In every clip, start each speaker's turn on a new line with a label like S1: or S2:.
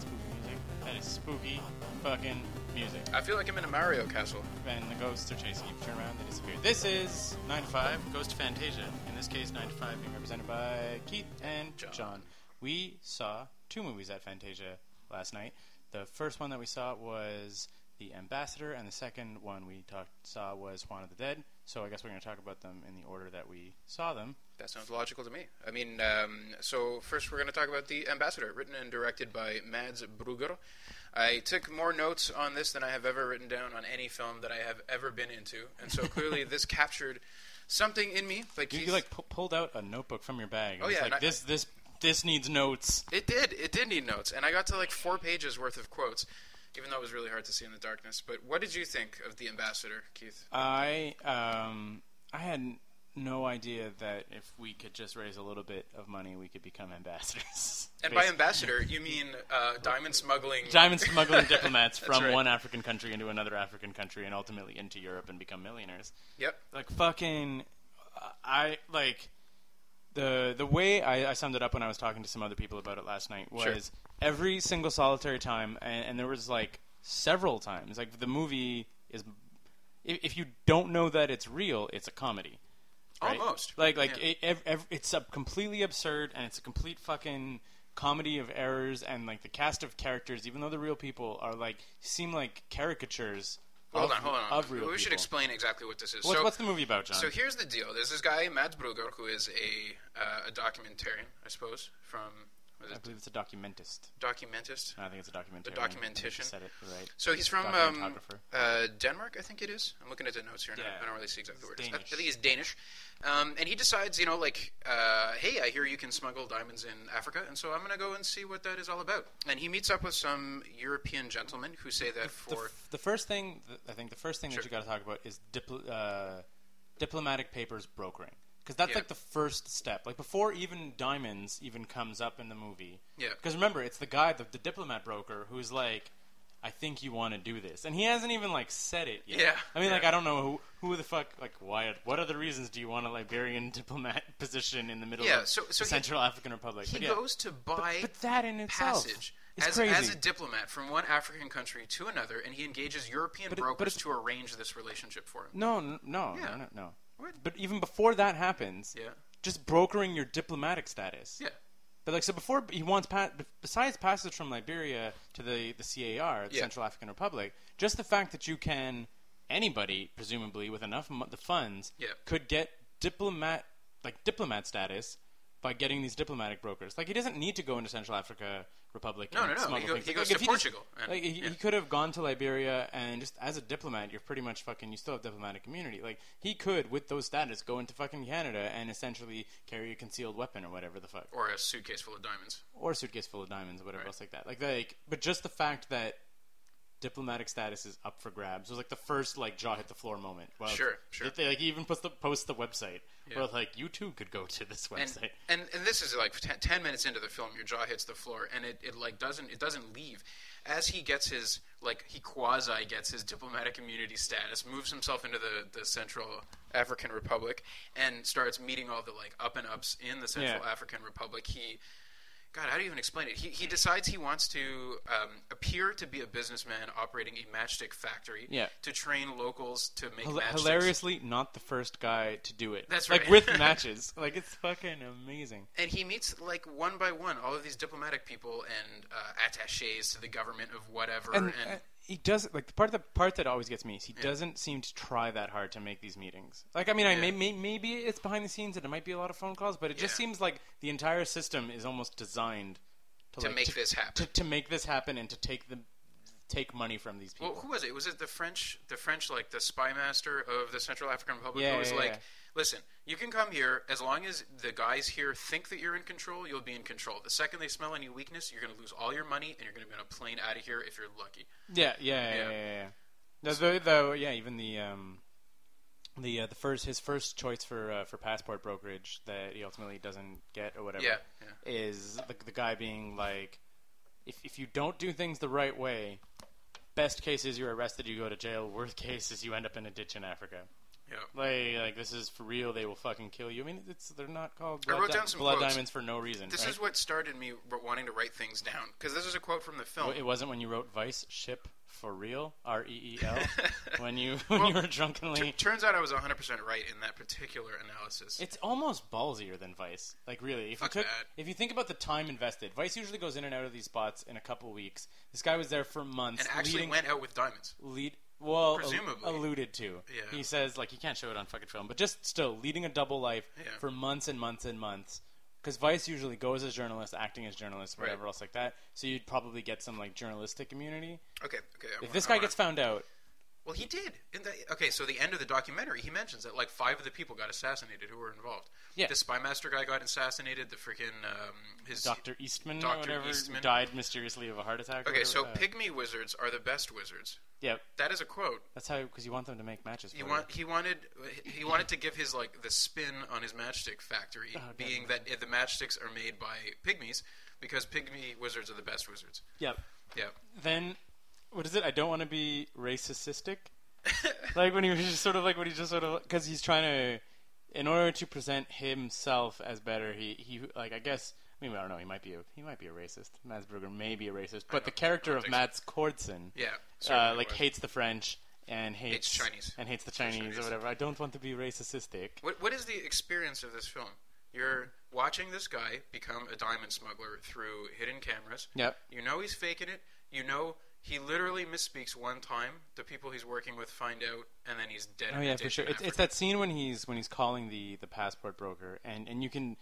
S1: spooky music. That is spooky fucking music.
S2: I feel like I'm in a Mario castle.
S1: And the ghosts are chasing you. Turn around, they disappear. This is 9 to 5 Ghost Fantasia. In this case, 9 to 5 being represented by Keith and John.
S2: John.
S1: We saw two movies at Fantasia last night. The first one that we saw was The Ambassador, and the second one we talked saw was Juan of the Dead. So I guess we're going to talk about them in the order that we saw them.
S2: That sounds logical to me. I mean, um, so first we're going to talk about The Ambassador, written and directed by Mads Brugger. I took more notes on this than I have ever written down on any film that I have ever been into, and so clearly this captured something in me. But
S1: You,
S2: Keith,
S1: you like pu- pulled out a notebook from your bag. and
S2: Oh,
S1: was
S2: yeah,
S1: like
S2: and I-
S1: this, this, this needs notes.
S2: it did. It did need notes, and I got to like four pages worth of quotes, even though it was really hard to see in the darkness. But what did you think of The Ambassador, Keith?
S1: I um I had n- no idea that if we could just raise a little bit of money, we could become ambassadors.
S2: And by
S1: Basi-
S2: ambassador, you mean uh, diamond smuggling?
S1: diamond smuggling diplomats
S2: That's
S1: from
S2: right.
S1: one African country into another African country, and ultimately into Europe and become millionaires.
S2: Yep.
S1: Like fucking, I like the the way I, I summed it up when I was talking to some other people about it last night was
S2: Sure.
S1: every single solitary time, and, and there was like several times. Like the movie is, if, if you don't know that it's real, it's a comedy. right?
S2: Almost.
S1: like like
S2: Yeah.
S1: it, ev- ev- it's a completely absurd and it's a complete fucking comedy of errors and like the cast of characters even though the real people are like seem like caricatures
S2: Hold
S1: of,
S2: on, hold on.
S1: of real
S2: we should
S1: people.
S2: explain exactly what this is.
S1: what's,
S2: so,
S1: what's the movie about john
S2: So here's the deal. There's this guy, Mads Brugger, who is a uh, a documentarian, I suppose, from was
S1: i
S2: it
S1: believe it's a documentist
S2: documentist?
S1: i think it's a documentarian
S2: documentarian.
S1: I just said it right
S2: So he's from um,
S1: Documentographer.
S2: uh, Denmark, I think it is. I'm looking at the notes here. Now.
S1: Yeah.
S2: I don't really see exactly where it is. I-
S1: Danish.
S2: I think he's Danish. Um, and he decides, you know, like, uh, hey, I hear you can smuggle diamonds in Africa, and so I'm going to go and see what that is all about. And he meets up with some European gentlemen who say that
S1: the,
S2: for.
S1: f- the first thing th- I think the first thing
S2: Sure.
S1: that you got to talk about is dipl- uh, diplomatic papers brokering because that's
S2: Yeah.
S1: like the first step. Like before even diamonds even comes up in the movie.
S2: Yeah.
S1: Because remember, it's the guy, the, the diplomat broker, who's like, "I think you want to do this," and he hasn't even like said it yet.
S2: Yeah,
S1: I mean, like
S2: yeah.
S1: I don't know who who the fuck like why what other reasons do you want a Liberian diplomat position in the middle
S2: Yeah,
S1: of
S2: so- so
S1: the
S2: he-
S1: Central African Republic?
S2: he
S1: But yeah.
S2: goes to buy.
S1: but that in itself
S2: passage
S1: is
S2: as,
S1: crazy.
S2: as a diplomat from one African country to another, and he engages European
S1: But it- but
S2: brokers
S1: it's-
S2: to arrange this relationship for him.
S1: No, n- no,
S2: Yeah.
S1: no, no, no.
S2: What?
S1: But even before that happens,
S2: Yeah.
S1: just brokering your diplomatic status.
S2: Yeah,
S1: But like so, before he wants pa- besides passage from Liberia to the the CAR, the
S2: Yeah.
S1: Central African Republic, just the fact that you can anybody presumably with enough mo- the funds
S2: Yeah.
S1: could get diplomat like diplomat status by getting these diplomatic brokers. Like he doesn't need to go into Central Africa Republic.
S2: No,
S1: and
S2: no, no.
S1: smuggle
S2: He go-
S1: things.
S2: he
S1: Like,
S2: goes
S1: if
S2: to
S1: just-
S2: Portugal and-
S1: like, he,
S2: yeah.
S1: he could have gone to Liberia and just as a diplomat, you're pretty much fucking. You still have diplomatic immunity. Like he could with those status go into fucking Canada and essentially carry a concealed weapon or whatever the fuck
S2: or a suitcase full of diamonds.
S1: or a suitcase full of diamonds, whatever
S2: Right.
S1: else like that. Like, like, but just the fact that diplomatic status is up for grabs was like the first like jaw hit the floor moment. Well,
S2: Sure, sure.
S1: They, like even post the post the website where
S2: Yeah.
S1: like you too could go to this
S2: And,
S1: website.
S2: and and this is like ten, 10 minutes into the film, your jaw hits the floor, and it, it like doesn't it doesn't leave. As he gets his like he quasi gets his diplomatic immunity status, moves himself into the, the Central African Republic, and starts meeting all the like up and ups in the Central
S1: Yeah.
S2: African Republic. He God, how do you even explain it? He, he decides he wants to um, appear to be a businessman operating a matchstick factory
S1: Yeah.
S2: to train locals to make
S1: Hil-
S2: matchsticks.
S1: hilariously, not the first guy to do it.
S2: That's
S1: Like
S2: right.
S1: with matches, like it's fucking amazing.
S2: And he meets like one by one all of these diplomatic people and uh, attaches to the government of whatever. And,
S1: And, uh, he does like the part the part that always gets me is he doesn't seem to try that hard to make these meetings. Like I mean, I may,
S2: Yeah.
S1: may, maybe it's behind the scenes and it might be a lot of phone calls, but it just
S2: Yeah.
S1: seems like the entire system is almost designed to,
S2: To
S1: uh, like,
S2: make this happen.
S1: To, to make this happen and to take the take money from these people.
S2: Well, who was it? Was it the French? The French, like the spy master of the Central African Republic,
S1: Yeah,
S2: who was
S1: yeah,
S2: like,
S1: yeah.
S2: "Listen, you can come here as long as the guys here think that you're in control. You'll be in control. The second they smell any weakness, you're going to lose all your money, and you're going to be on a plane out of here if you're lucky."
S1: Yeah, yeah, yeah,
S2: Yeah.
S1: yeah. yeah, yeah. That's though, though, yeah, even the um, the uh, the first his first choice for uh, for passport brokerage that he ultimately doesn't get or whatever
S2: Yeah, yeah.
S1: is the, the guy being like, if if you don't do things the right way, best case is you're arrested, you go to jail. Worst case is you end up in a ditch in Africa.
S2: Yeah.
S1: Like, like this is for real. They will fucking kill you. I mean, it's they're not called
S2: I
S1: blood,
S2: wrote
S1: di-
S2: down some
S1: blood
S2: quotes.
S1: diamonds for no reason.
S2: This
S1: right?
S2: is what started me r- wanting to write things down because this is a quote from the film.
S1: Well, It wasn't when you wrote Vice Ship for real, R E E L, when you when
S2: Well,
S1: you were drunkenly.
S2: Tur- turns out I was 100% right in that particular analysis.
S1: it's almost ballsier than Vice. Like really, if
S2: Fuck
S1: you took,
S2: that.
S1: if you think about the time invested, Vice usually goes in and out of these spots in a couple weeks. This guy was there for months,
S2: and actually
S1: leading,
S2: went out with diamonds.
S1: lead well, al-
S2: Presumably.
S1: alluded to.
S2: Yeah.
S1: He says like he can't show it on fucking film, but just still leading a double life
S2: Yeah.
S1: for months and months and months. Because Vice usually goes as journalist, acting as journalist,
S2: Right.
S1: whatever else like that. So you'd probably get some like journalistic immunity.
S2: Okay, okay. I
S1: If
S2: wa-
S1: this
S2: I
S1: guy
S2: wanna-
S1: gets found out,
S2: Well, he did. In the, okay, so the end of the documentary, he mentions that like five of the people got assassinated who were involved.
S1: Yeah.
S2: The spy master guy got assassinated. The freaking um, his
S1: Doctor Eastman or
S2: Dr.
S1: whatever
S2: Eastman.
S1: died mysteriously of a heart attack. or
S2: Okay,
S1: whatever.
S2: so
S1: Uh,
S2: pygmy wizards are the best wizards.
S1: yeah,
S2: That is a quote.
S1: that's how because you want them to make matches. For
S2: You want he wanted he wanted to give his like the spin on his matchstick factory,
S1: Oh,
S2: being that the matchsticks are made by pygmies because pygmy wizards are the best wizards.
S1: Yep.
S2: Yeah.
S1: Then, what is it? I don't want to be racistic. like when he was just sort of like when he just sort of because he's trying to, in order to present himself as better, he he like I guess. I mean, I don't know. He might be a he might be a racist. Mads Brugger may be a racist, but the
S2: don't-
S1: character
S2: I
S1: of
S2: don't think
S1: Mads Cordson,
S2: Yeah,
S1: uh,
S2: certainly
S1: like
S2: was.
S1: hates the French and hates,
S2: Chinese.
S1: and hates the Chinese,
S2: Chinese.
S1: or whatever. I don't want to be racistic.
S2: What what is the experience of this film? You're watching this guy become a diamond smuggler through hidden cameras.
S1: Yep.
S2: You know he's faking it. You know he literally misspeaks one time. The people he's working with find out, and then he's dead.
S1: Oh
S2: in a
S1: yeah,
S2: ditch
S1: for sure.
S2: in
S1: It's, it's
S2: Africa.
S1: that scene when he's when he's calling the the passport broker, and and you can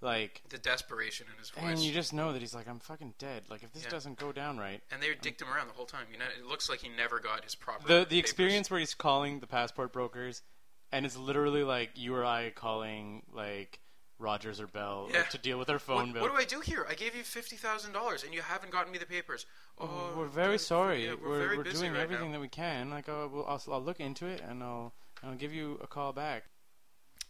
S1: like,
S2: the desperation in his voice.
S1: and you just know that he's like, I'm fucking dead. Like if this
S2: Yeah.
S1: doesn't go down right,
S2: And they dicked him around the whole time. You know, it looks like he never got his proper.
S1: the
S2: papers.
S1: the experience where he's calling the passport brokers, and it's literally like you or I calling like Rogers or Bell like,
S2: Yeah.
S1: to deal with our phone
S2: What,
S1: bill.
S2: what do I do here? I gave you fifty thousand dollars, and you haven't gotten me the papers. Oh,
S1: we're very sorry.
S2: yeah,
S1: we're
S2: we're
S1: we're,
S2: very busy
S1: doing
S2: right
S1: everything
S2: now.
S1: that we can. Like oh, we'll, I'll, I'll look into it and I'll and I'll give you a call back.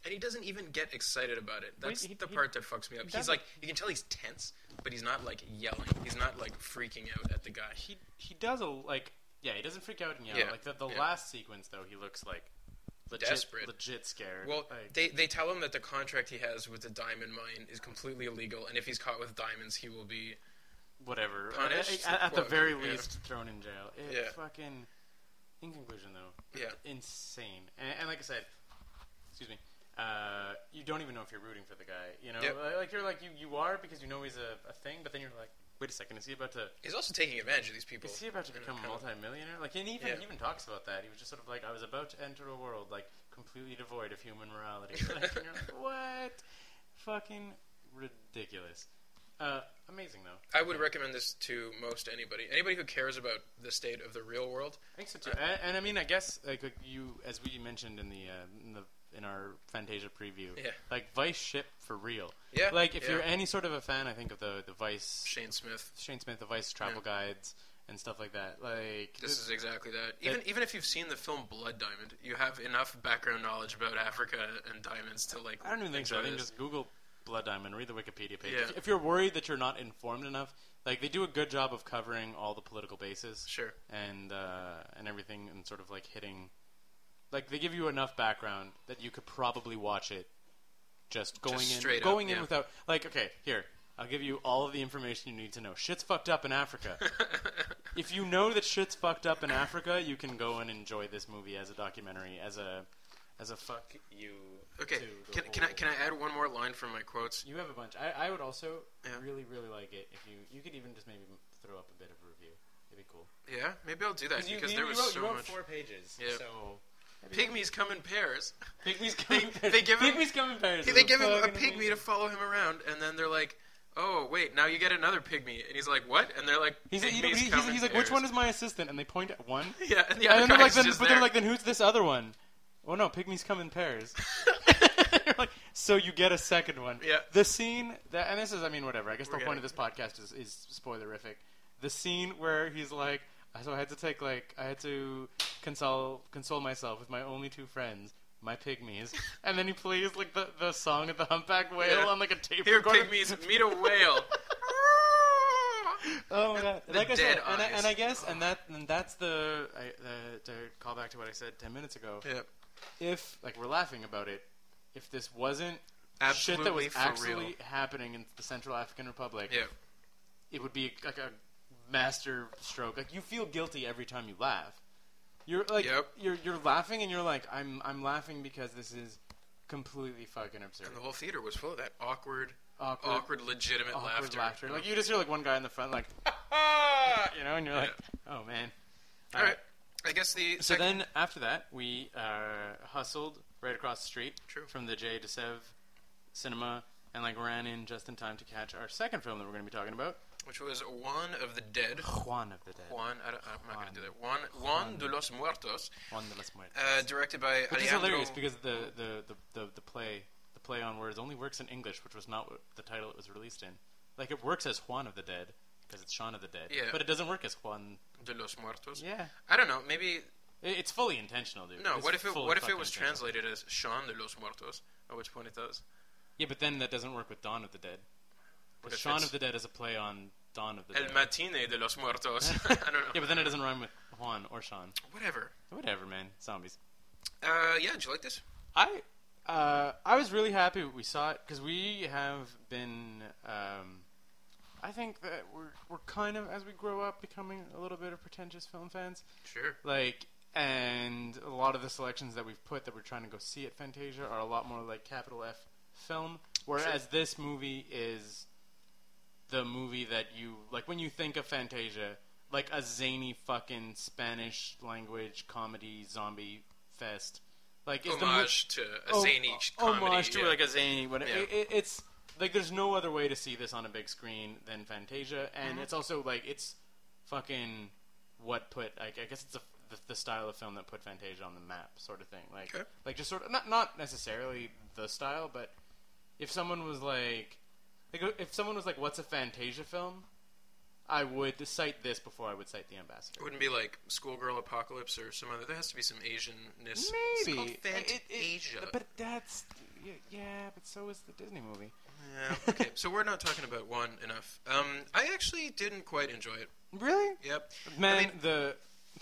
S2: And he doesn't even get excited about it. That's
S1: he-
S2: the
S1: he-
S2: part that fucks me up. He's
S1: doesn't.
S2: like, you can tell he's tense, but he's not like yelling. He's not like freaking out at the guy.
S1: he he does a like yeah he doesn't freak out and yell
S2: Yeah,
S1: like the, the
S2: yeah.
S1: last sequence though he looks like legit,
S2: Desperate.
S1: legit scared
S2: Well,
S1: like,
S2: they, they tell him that the contract he has with the diamond mine is completely illegal, and if he's caught with diamonds, he will be.
S1: whatever
S2: punished,
S1: at, at- at the
S2: fuck,
S1: very
S2: yeah.
S1: least thrown in jail it
S2: Yeah.
S1: fucking in conclusion though
S2: Yeah.
S1: insane and, and like I said excuse me uh, you don't even know if you're rooting for the guy you know
S2: Yep.
S1: like, like, you're like you, you are because you know he's a, a thing but then you're like wait a second is he about to
S2: He's also taking advantage of these people.
S1: Is he about to
S2: you know,
S1: become a
S2: kind of-
S1: multimillionaire? Like, and even
S2: Yeah.
S1: he even talks about that. He was just sort of like, I was about to enter a world like completely devoid of human morality. Like, and you're like, what? Fucking ridiculous. Uh, amazing though.
S2: I would recommend this to most anybody. Anybody who cares about the state of the real world.
S1: I think so too. And, and I mean, I guess like, like you, as we mentioned in the, uh, in the in our Fantasia preview,
S2: Yeah.
S1: like Vice ship for real.
S2: Yeah,
S1: Like if
S2: yeah.
S1: you're any sort of a fan, I think of the the Vice
S2: Shane Smith.
S1: Shane Smith, the Vice travel guides and stuff like that. Like
S2: This
S1: this-
S2: is exactly that. Even even if you've seen the film Blood Diamond, you have enough background knowledge about Africa and diamonds to like.
S1: I don't even think so.
S2: enjoy
S1: I think
S2: this.
S1: just Google Blood Diamond, read the Wikipedia page.
S2: Yeah.
S1: If, if you're worried that you're not informed enough, like they do a good job of covering all the political bases
S2: Sure.
S1: and uh, and everything, and sort of like hitting, like they give you enough background that you could probably watch it just going in,
S2: straight up,
S1: going in
S2: yeah.
S1: without like okay here. I'll give you all of the information you need to know. Shit's fucked up in Africa. if you know that shit's fucked up in Africa, you can go and enjoy this movie as a documentary, as a as a fuck you.
S2: Okay,
S1: to the
S2: can, can I
S1: whole-
S2: can I add one more line from my quotes?
S1: you have a bunch. I, I would also
S2: Yeah.
S1: really, really like it if you you could even just maybe m- throw up a bit of a review. It'd be cool.
S2: Yeah, maybe I'll do that
S1: you,
S2: because
S1: you-
S2: there
S1: you
S2: was
S1: wrote,
S2: so
S1: you wrote
S2: much.
S1: four pages.
S2: Yeah.
S1: So
S2: Pygmies come in pairs.
S1: pygmies come.
S2: they give him-
S1: pygmies come in pairs.
S2: They give him a pygmy to follow him around, and then they're like, oh wait, now you get another pygmy, and he's like, what? And they're like,
S1: He's,
S2: "Pygmies
S1: you know, he's, he's,
S2: come in
S1: he's like, which one
S2: pairs."
S1: is my assistant? And they point at one.
S2: Yeah, and the
S1: and
S2: other
S1: then they're like,
S2: guy's
S1: then,
S2: just
S1: but then
S2: there.
S1: like, then who's this other one? Oh no, pygmies come in pairs. You're like, so you get a second one.
S2: Yeah.
S1: The scene that, and this is, I mean, whatever. I guess the
S2: We're
S1: point of this podcast is, is spoilerific. The scene where he's like, so I had to take like, I had to console console myself with my only two friends. My pygmies, and then he plays like the, the song of the humpback whale
S2: Yeah.
S1: on like a tape
S2: Here,
S1: recorder.
S2: pygmies, meet a whale.
S1: Oh my god!
S2: The
S1: like I
S2: dead
S1: said, and I,
S2: eyes.
S1: and I guess, and that, and that's the I, uh, to call back to what I said ten minutes ago.
S2: yep.
S1: If like we're laughing about it, if this wasn't shit that
S2: Absolutely
S1: was
S2: for
S1: actually
S2: real.
S1: happening in the Central African Republic,
S2: Yep.
S1: it would be like a master stroke. Like you feel guilty every time you laugh. You're like
S2: Yep.
S1: you're you're laughing, and you're like I'm I'm laughing because this is completely fucking absurd,
S2: And the whole theater was full of that awkward,
S1: awkward,
S2: awkward, legitimate
S1: awkward
S2: laughter.
S1: Like you just hear like one guy in the front like
S2: Ah!
S1: you know, and you're like oh man.
S2: All right. I guess the
S1: So
S2: second-
S1: then after that, we uh, hustled right across the street
S2: True.
S1: from the J. DeSev cinema and like ran in just in time to catch our second film that we're going to be talking about,
S2: which was Juan of the Dead.
S1: Juan of the Dead,
S2: Juan, I don't, I'm not going to do that. Juan, Juan de los Muertos,
S1: Juan de las Muertes.
S2: uh, directed by
S1: Which is
S2: Alejandro.
S1: hilarious because the, the, the, the, the play the play on words only works in English, which was not what the title it was released in. Like it works as Juan of the Dead because it's Shaun of the Dead,
S2: Yeah.
S1: but it doesn't work as Juan.
S2: de los Muertos.
S1: Yeah,
S2: I don't know. Maybe
S1: It- it's fully intentional, dude.
S2: no.
S1: It's
S2: What if it
S1: fully
S2: What if it
S1: fucking
S2: was
S1: intentional.
S2: translated as Sean de los Muertos? At which point it does.
S1: Yeah, but then that doesn't work with Dawn of the Dead.
S2: What
S1: Because
S2: if
S1: Shaun
S2: it's-
S1: of the Dead is a play on Dawn of the
S2: El
S1: Dead.
S2: Matine de los Muertos. I don't know.
S1: Yeah, but then it doesn't rhyme with Juan or Sean.
S2: Whatever.
S1: Whatever, man. Zombies.
S2: Uh, yeah. Did you like this?
S1: I uh, I was really happy we saw it because we have been. Um, I think that we're we're kind of as we grow up becoming a little bit of pretentious film fans.
S2: Sure.
S1: Like, and a lot of the selections that we've put that we're trying to go see at Fantasia are a lot more like capital F film, whereas this movie is the movie that you like when you think of Fantasia, like a zany fucking Spanish language comedy zombie fest. Like is the mo-
S2: Homage to a
S1: Oh,
S2: zany
S1: uh,
S2: comedy.
S1: homage to
S2: yeah.
S1: like a zany. What
S2: Yeah.
S1: it, it, it's like, there's no other way to see this on a big screen than Fantasia, and it's also like it's fucking what put. Like, I guess it's the, the the style of film that put Fantasia on the map, sort of thing. Like,
S2: Okay.
S1: like just sort of not not necessarily the style, but if someone was like, like if someone was like, what's a Fantasia film? I would cite this before I would cite The Ambassador.
S2: It wouldn't be like Schoolgirl Apocalypse or some other. There has to be some Asian-ness. It's called
S1: Maybe
S2: Fantasia.
S1: but that's yeah. But so is the Disney movie.
S2: Yeah, okay, so we're not talking about one enough. Um, I actually didn't quite enjoy it.
S1: Really?
S2: Yep.
S1: Man,
S2: I mean,
S1: the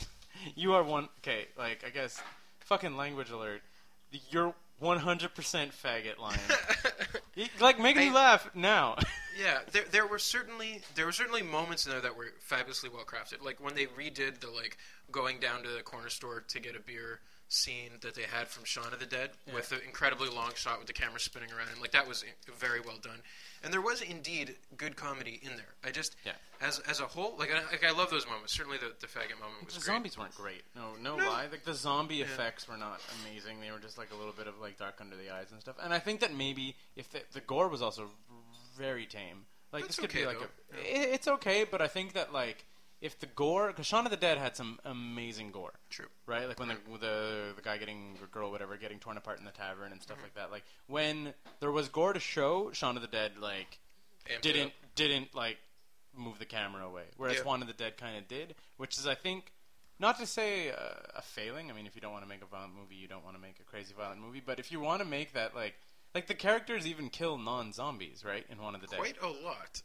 S1: you are one. Okay, like I guess, fucking language alert. You're 100 percent faggot line. You- like making
S2: I-
S1: me laugh now.
S2: yeah, there, there were certainly there were certainly moments in there that were fabulously well crafted. Like when they redid the like going down to the corner store to get a beer scene that they had from Shaun of the Dead with the incredibly long shot with the camera spinning around him. Like that was i- very well done. And there was indeed good comedy in there. I just
S1: Yeah.
S2: as as a whole, like I, like I love those moments. Certainly the, the faggot moment was
S1: the
S2: great.
S1: zombies weren't great. No, no,
S2: No.
S1: lie. Like the zombie effects were not amazing. They were just like a little bit of like dark under the eyes and stuff. And I think that maybe if the, the gore was also very tame. Like
S2: That's
S1: this could
S2: okay,
S1: be like
S2: though.
S1: a, it, it's okay, but I think that like if the gore, because Shaun of the Dead had some amazing gore.
S2: True.
S1: right? Like when the the, the guy getting or girl whatever getting torn apart in the tavern and stuff like that. Like when there was gore to show, Shaun of the Dead like
S2: Amped it
S1: didn't
S2: up.
S1: didn't like move the camera away, whereas
S2: Yeah.
S1: Shaun of the Dead kind of did, which is I think not to say uh, a failing. I mean, if you don't want to make a violent movie, you don't want to make a crazy violent movie. But if you want to make that like like the characters even kill non zombies, right? In Shaun of the Dead,
S2: quite a lot.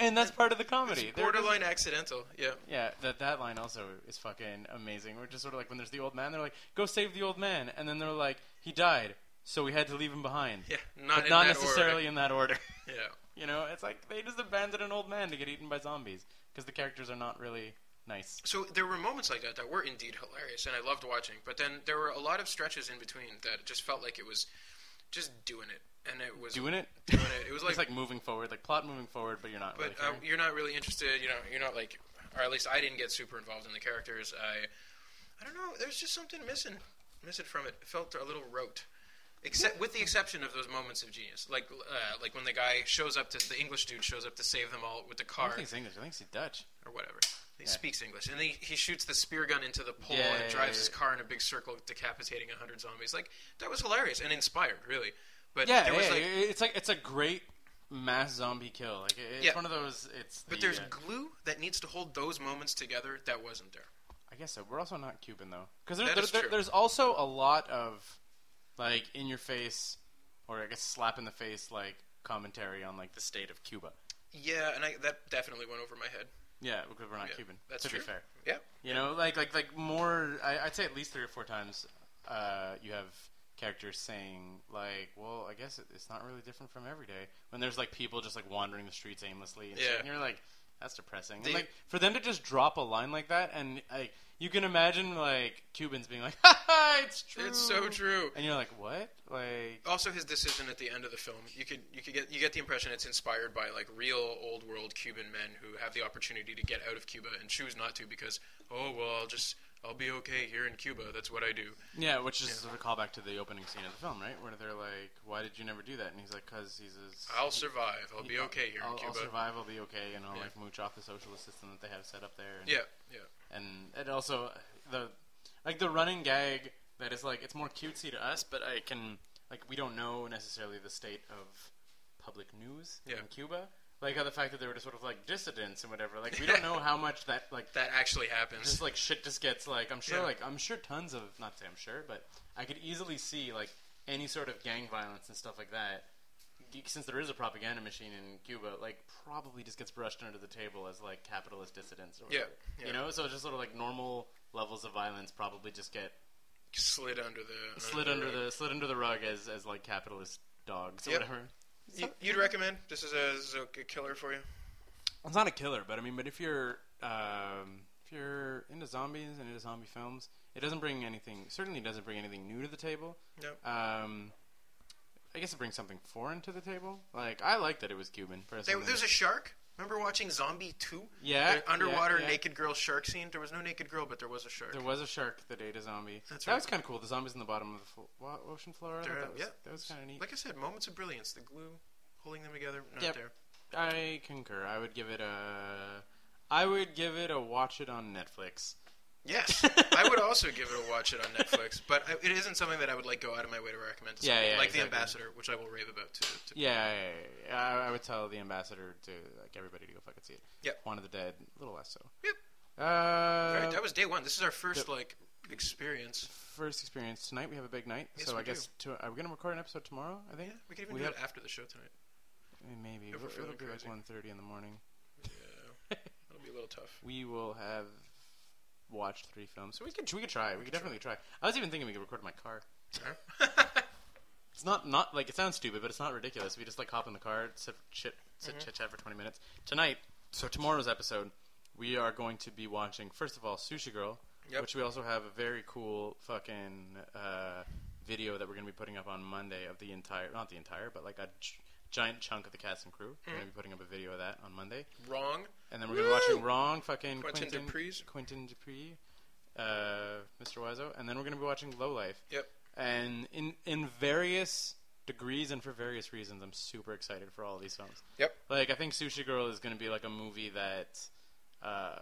S1: and that's part of the comedy. They're just-
S2: Borderline accidental. Yeah.
S1: yeah, that that line also is fucking amazing. We're just sort of like when there's the old man, they're like, "Go save the old man," and then they're like, "He died, so we had to leave him behind."
S2: Yeah, not
S1: but
S2: in
S1: not
S2: that
S1: necessarily
S2: order.
S1: in that order.
S2: Yeah,
S1: you know, it's like they just abandoned an old man to get eaten by zombies because the characters are not really nice.
S2: so there were moments like that that were indeed hilarious, and I loved watching. But then there were a lot of stretches in between that just felt like it was just doing it, and it was
S1: Doing it,
S2: Doing it. It was like,
S1: it's like moving forward, like plot moving forward, but you're not
S2: but
S1: really.
S2: uh,
S1: caring.
S2: you're not really interested. You know, you're not like, or at least I didn't get super involved in the characters. I, I don't know. There's just something missing, missing from it. It felt a little rote. except with the exception of those moments of genius, like uh, like when the guy shows up to the English dude shows up to save them all with the
S1: I don't
S2: car
S1: think he's English. I think he's Dutch.
S2: or whatever. He
S1: Yeah.
S2: speaks English, and he, he shoots the spear gun into the pole
S1: Yeah,
S2: and
S1: yeah, yeah,
S2: drives his
S1: yeah.
S2: car in a big circle, decapitating hundred zombies. Like that was hilarious and inspired, really. But
S1: Yeah,
S2: there was
S1: yeah,
S2: like,
S1: yeah, it's like it's a great mass zombie kill. Like it- it's
S2: Yeah.
S1: one of those. It's
S2: but
S1: the,
S2: there's
S1: uh,
S2: glue that needs to hold those moments together that wasn't there.
S1: I guess so. We're also not Cuban though, because
S2: That is true.
S1: there's also a lot of like in your face, or I guess slap in the face like commentary on like the state of Cuba.
S2: Yeah, and I, that definitely went over my head.
S1: Yeah, because we're not
S2: Yeah,
S1: Cuban.
S2: that's
S1: to
S2: true.
S1: be fair.
S2: Yeah,
S1: You know, like like like more. I, I'd say at least three or four times. Uh, you have characters saying like, "Well, I guess it, it's not really different from every day." When there's like people just like wandering the streets aimlessly, and, shit,
S2: Yeah.
S1: and you're like, "That's depressing." And,
S2: They-
S1: like for them to just drop a line like that, and like you can imagine like Cubans being like, "Ha ha, it's true."
S2: it's so true.
S1: And you're like, "What?" Like,
S2: Also, his decision at the end of the film, you could you could get you get the impression it's inspired by like real old world Cuban men who have the opportunity to get out of Cuba and choose not to because oh well I'll just I'll be okay here in Cuba. That's what I do.
S1: yeah, which is sort of a callback to the opening scene of the film, right? Where they're like, "Why did you never do that?" And he's like, "Cause he's a
S2: I'll survive. I'll be
S1: Yeah,
S2: okay here
S1: I'll,
S2: in Cuba.
S1: I'll survive. I'll be okay, and I'll
S2: Yeah.
S1: like mooch off the socialist system that they have set up there. And,
S2: Yeah, yeah.
S1: and it also the like the running gag that is like it's more cutesy to us, but I can like we don't know necessarily the state of public news
S2: Yeah.
S1: in Cuba. Like uh, the fact that they were just sort of like dissidents and whatever. Like we don't know how much that like
S2: That actually happens.
S1: just like shit just gets like I'm sure
S2: Yeah.
S1: like I'm sure tons of not to say I'm sure, but I could easily see like any sort of gang violence and stuff like that. g- Since there is a propaganda machine in Cuba, like probably just gets brushed under the table as like capitalist dissidents or
S2: Yeah,
S1: whatever.
S2: yeah.
S1: You know, so it's just sort of like normal levels of violence probably just get
S2: slid under the
S1: slid under the slid under the rug as as like capitalist dogs or
S2: Yep.
S1: whatever.
S2: You, you'd recommend this is a, this is a good killer for you.
S1: It's not a killer, but I mean, but if you're um, if you're into zombies and into zombie films, it doesn't bring anything. Certainly doesn't bring anything new to the table.
S2: No.
S1: Um, I guess it brings something foreign to the table. Like I like that it was Cuban
S2: There,
S1: personally.
S2: there's a shark. Remember watching Zombie Two?
S1: Yeah,
S2: The underwater
S1: yeah, yeah.
S2: naked girl shark scene. There was no naked girl, but there was a shark.
S1: There was a shark that ate a zombie.
S2: That's
S1: that
S2: right.
S1: was kind of cool. The zombies in the bottom of the flo- wa- ocean floor. I thought
S2: There-
S1: that was,
S2: yeah.
S1: that was kind of neat.
S2: Like I said, moments of brilliance. The glue holding them together. Not
S1: Yep.
S2: there.
S1: I concur. I would give it a. I would give it a watch it on Netflix.
S2: Yes, I would also give it a watch it on Netflix, but I, it isn't something that I would like go out of my way to recommend. To
S1: Yeah,
S2: somebody.
S1: yeah,
S2: Like the
S1: exactly.
S2: Ambassador, which I will rave about to, to
S1: Yeah, yeah, yeah, yeah. I, I would tell the ambassador to like everybody to go fucking see it.
S2: Yep.
S1: One of the Dead, a little less so.
S2: Yep.
S1: Uh,
S2: All right, that was day one. This is our
S1: Yep.
S2: first like experience.
S1: first experience tonight. We have a big night,
S2: Yes,
S1: so
S2: we
S1: I guess to, are we going to record an episode tomorrow? I
S2: Yeah,
S1: think
S2: we could even
S1: We
S2: do
S1: have-
S2: it after the show tonight.
S1: Eh, maybe
S2: If
S1: it'll,
S2: we're
S1: it'll
S2: feeling
S1: be like
S2: crazy.
S1: 1.30 in the morning.
S2: Yeah, it'll be a little tough.
S1: We will have watched three films, so we could we could try. We could
S2: could
S1: definitely try. I was even thinking we could record in my car.
S2: Huh?
S1: It's not not like it sounds stupid, but it's not ridiculous. We just like hop in the car, sit chit sit chit chat for twenty minutes tonight. So tomorrow's episode, we are going to be watching first of all Sushi Girl,
S2: Yep.
S1: which we also have a very cool fucking uh, video that we're going to be putting up on Monday of the entire not the entire but like a gi- giant chunk of the cast and crew. We're going to be putting up a video of that on Monday,
S2: Wrong.
S1: and then we're going to be watching Wrong fucking
S2: Quentin
S1: Quentin
S2: Dupree's-
S1: Quentin Dupree, uh, Mr. Wiseau, and then we're going to be watching Low Life
S2: Yep.
S1: and in in various degrees and for various reasons, I'm super excited for all these films.
S2: Yep.
S1: Like I think Sushi Girl is going to be like a movie that, uh,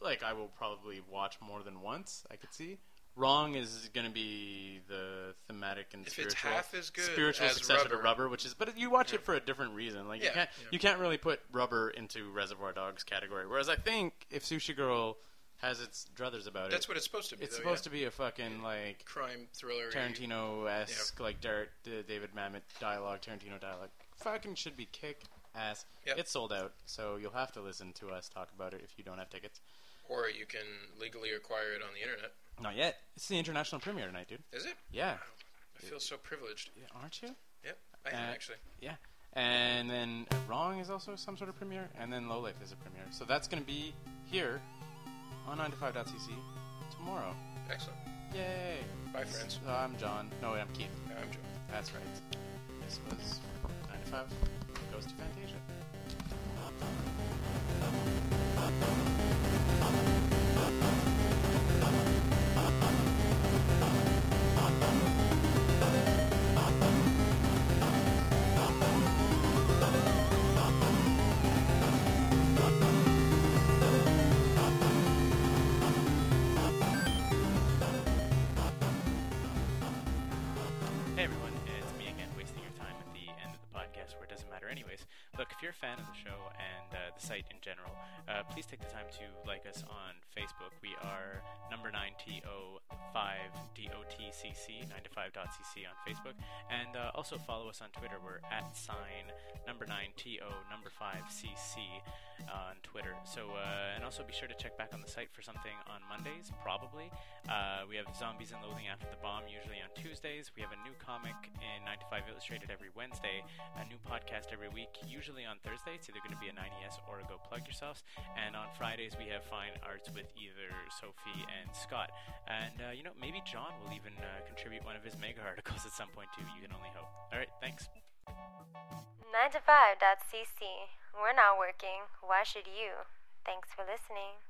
S1: like I will probably watch more than once. I could see. Wrong is going to be the thematic and
S2: If it's
S1: spiritual,
S2: half as good
S1: spiritual
S2: as
S1: successor to
S2: Rubber.
S1: Rubber, which is but you watch it for a different reason. Like you
S2: Yeah,
S1: can't
S2: yeah.
S1: you can't really put Rubber into Reservoir Dogs category. Whereas I think if Sushi Girl has its druthers about
S2: That's
S1: it,
S2: what it's supposed to be.
S1: it's
S2: though,
S1: supposed
S2: yeah.
S1: to be a fucking like
S2: crime thriller.
S1: Tarantino esque, like Dar- D- David Mamet dialogue, Tarantino dialogue. Fucking should be kick ass.
S2: Yep.
S1: It's sold out, so you'll have to listen to us talk about it if you don't have tickets.
S2: Or you can legally acquire it on the internet.
S1: Not yet. It's the international premiere tonight, dude.
S2: Is it?
S1: Yeah.
S2: I feel so privileged.
S1: yeah aren't you?
S2: Yep. I am
S1: Uh,
S2: actually.
S1: Yeah. And then Wrong is also some sort of premiere, and then Low Life is a premiere. So that's going to be here on 9to5.cc tomorrow.
S2: Excellent.
S1: Yay!
S2: Bye, friends.
S1: So I'm John. No, wait, I'm Keith.
S2: Now I'm Joe.
S1: That's right. This was 95 Goes to Fantasia. you're a fan of the show and uh, the site in general, uh, please take the time to like us on Facebook. We are number 9TO5DOTCC, 9to5.cc on Facebook. And uh, also follow us on Twitter. We're at sign number 9TO number 5CC on Twitter. So, uh, and also be sure to check back on the site for something on Mondays, probably. Uh, we have Zombies and Loathing After the Bomb usually on Tuesdays. We have a new comic in 9 to 5 Illustrated every Wednesday, a new podcast every week, usually on Thursday. It's either going to be a 90s or a Go Plug Yourselves. And on Fridays, we have Fine Arts with either Sophie and Scott. And, uh, you know, maybe John will even uh, contribute one of his mega articles at some point, too. You can only hope. All right, thanks.
S3: 9to5.cc. We're not working. Why should you? Thanks for listening.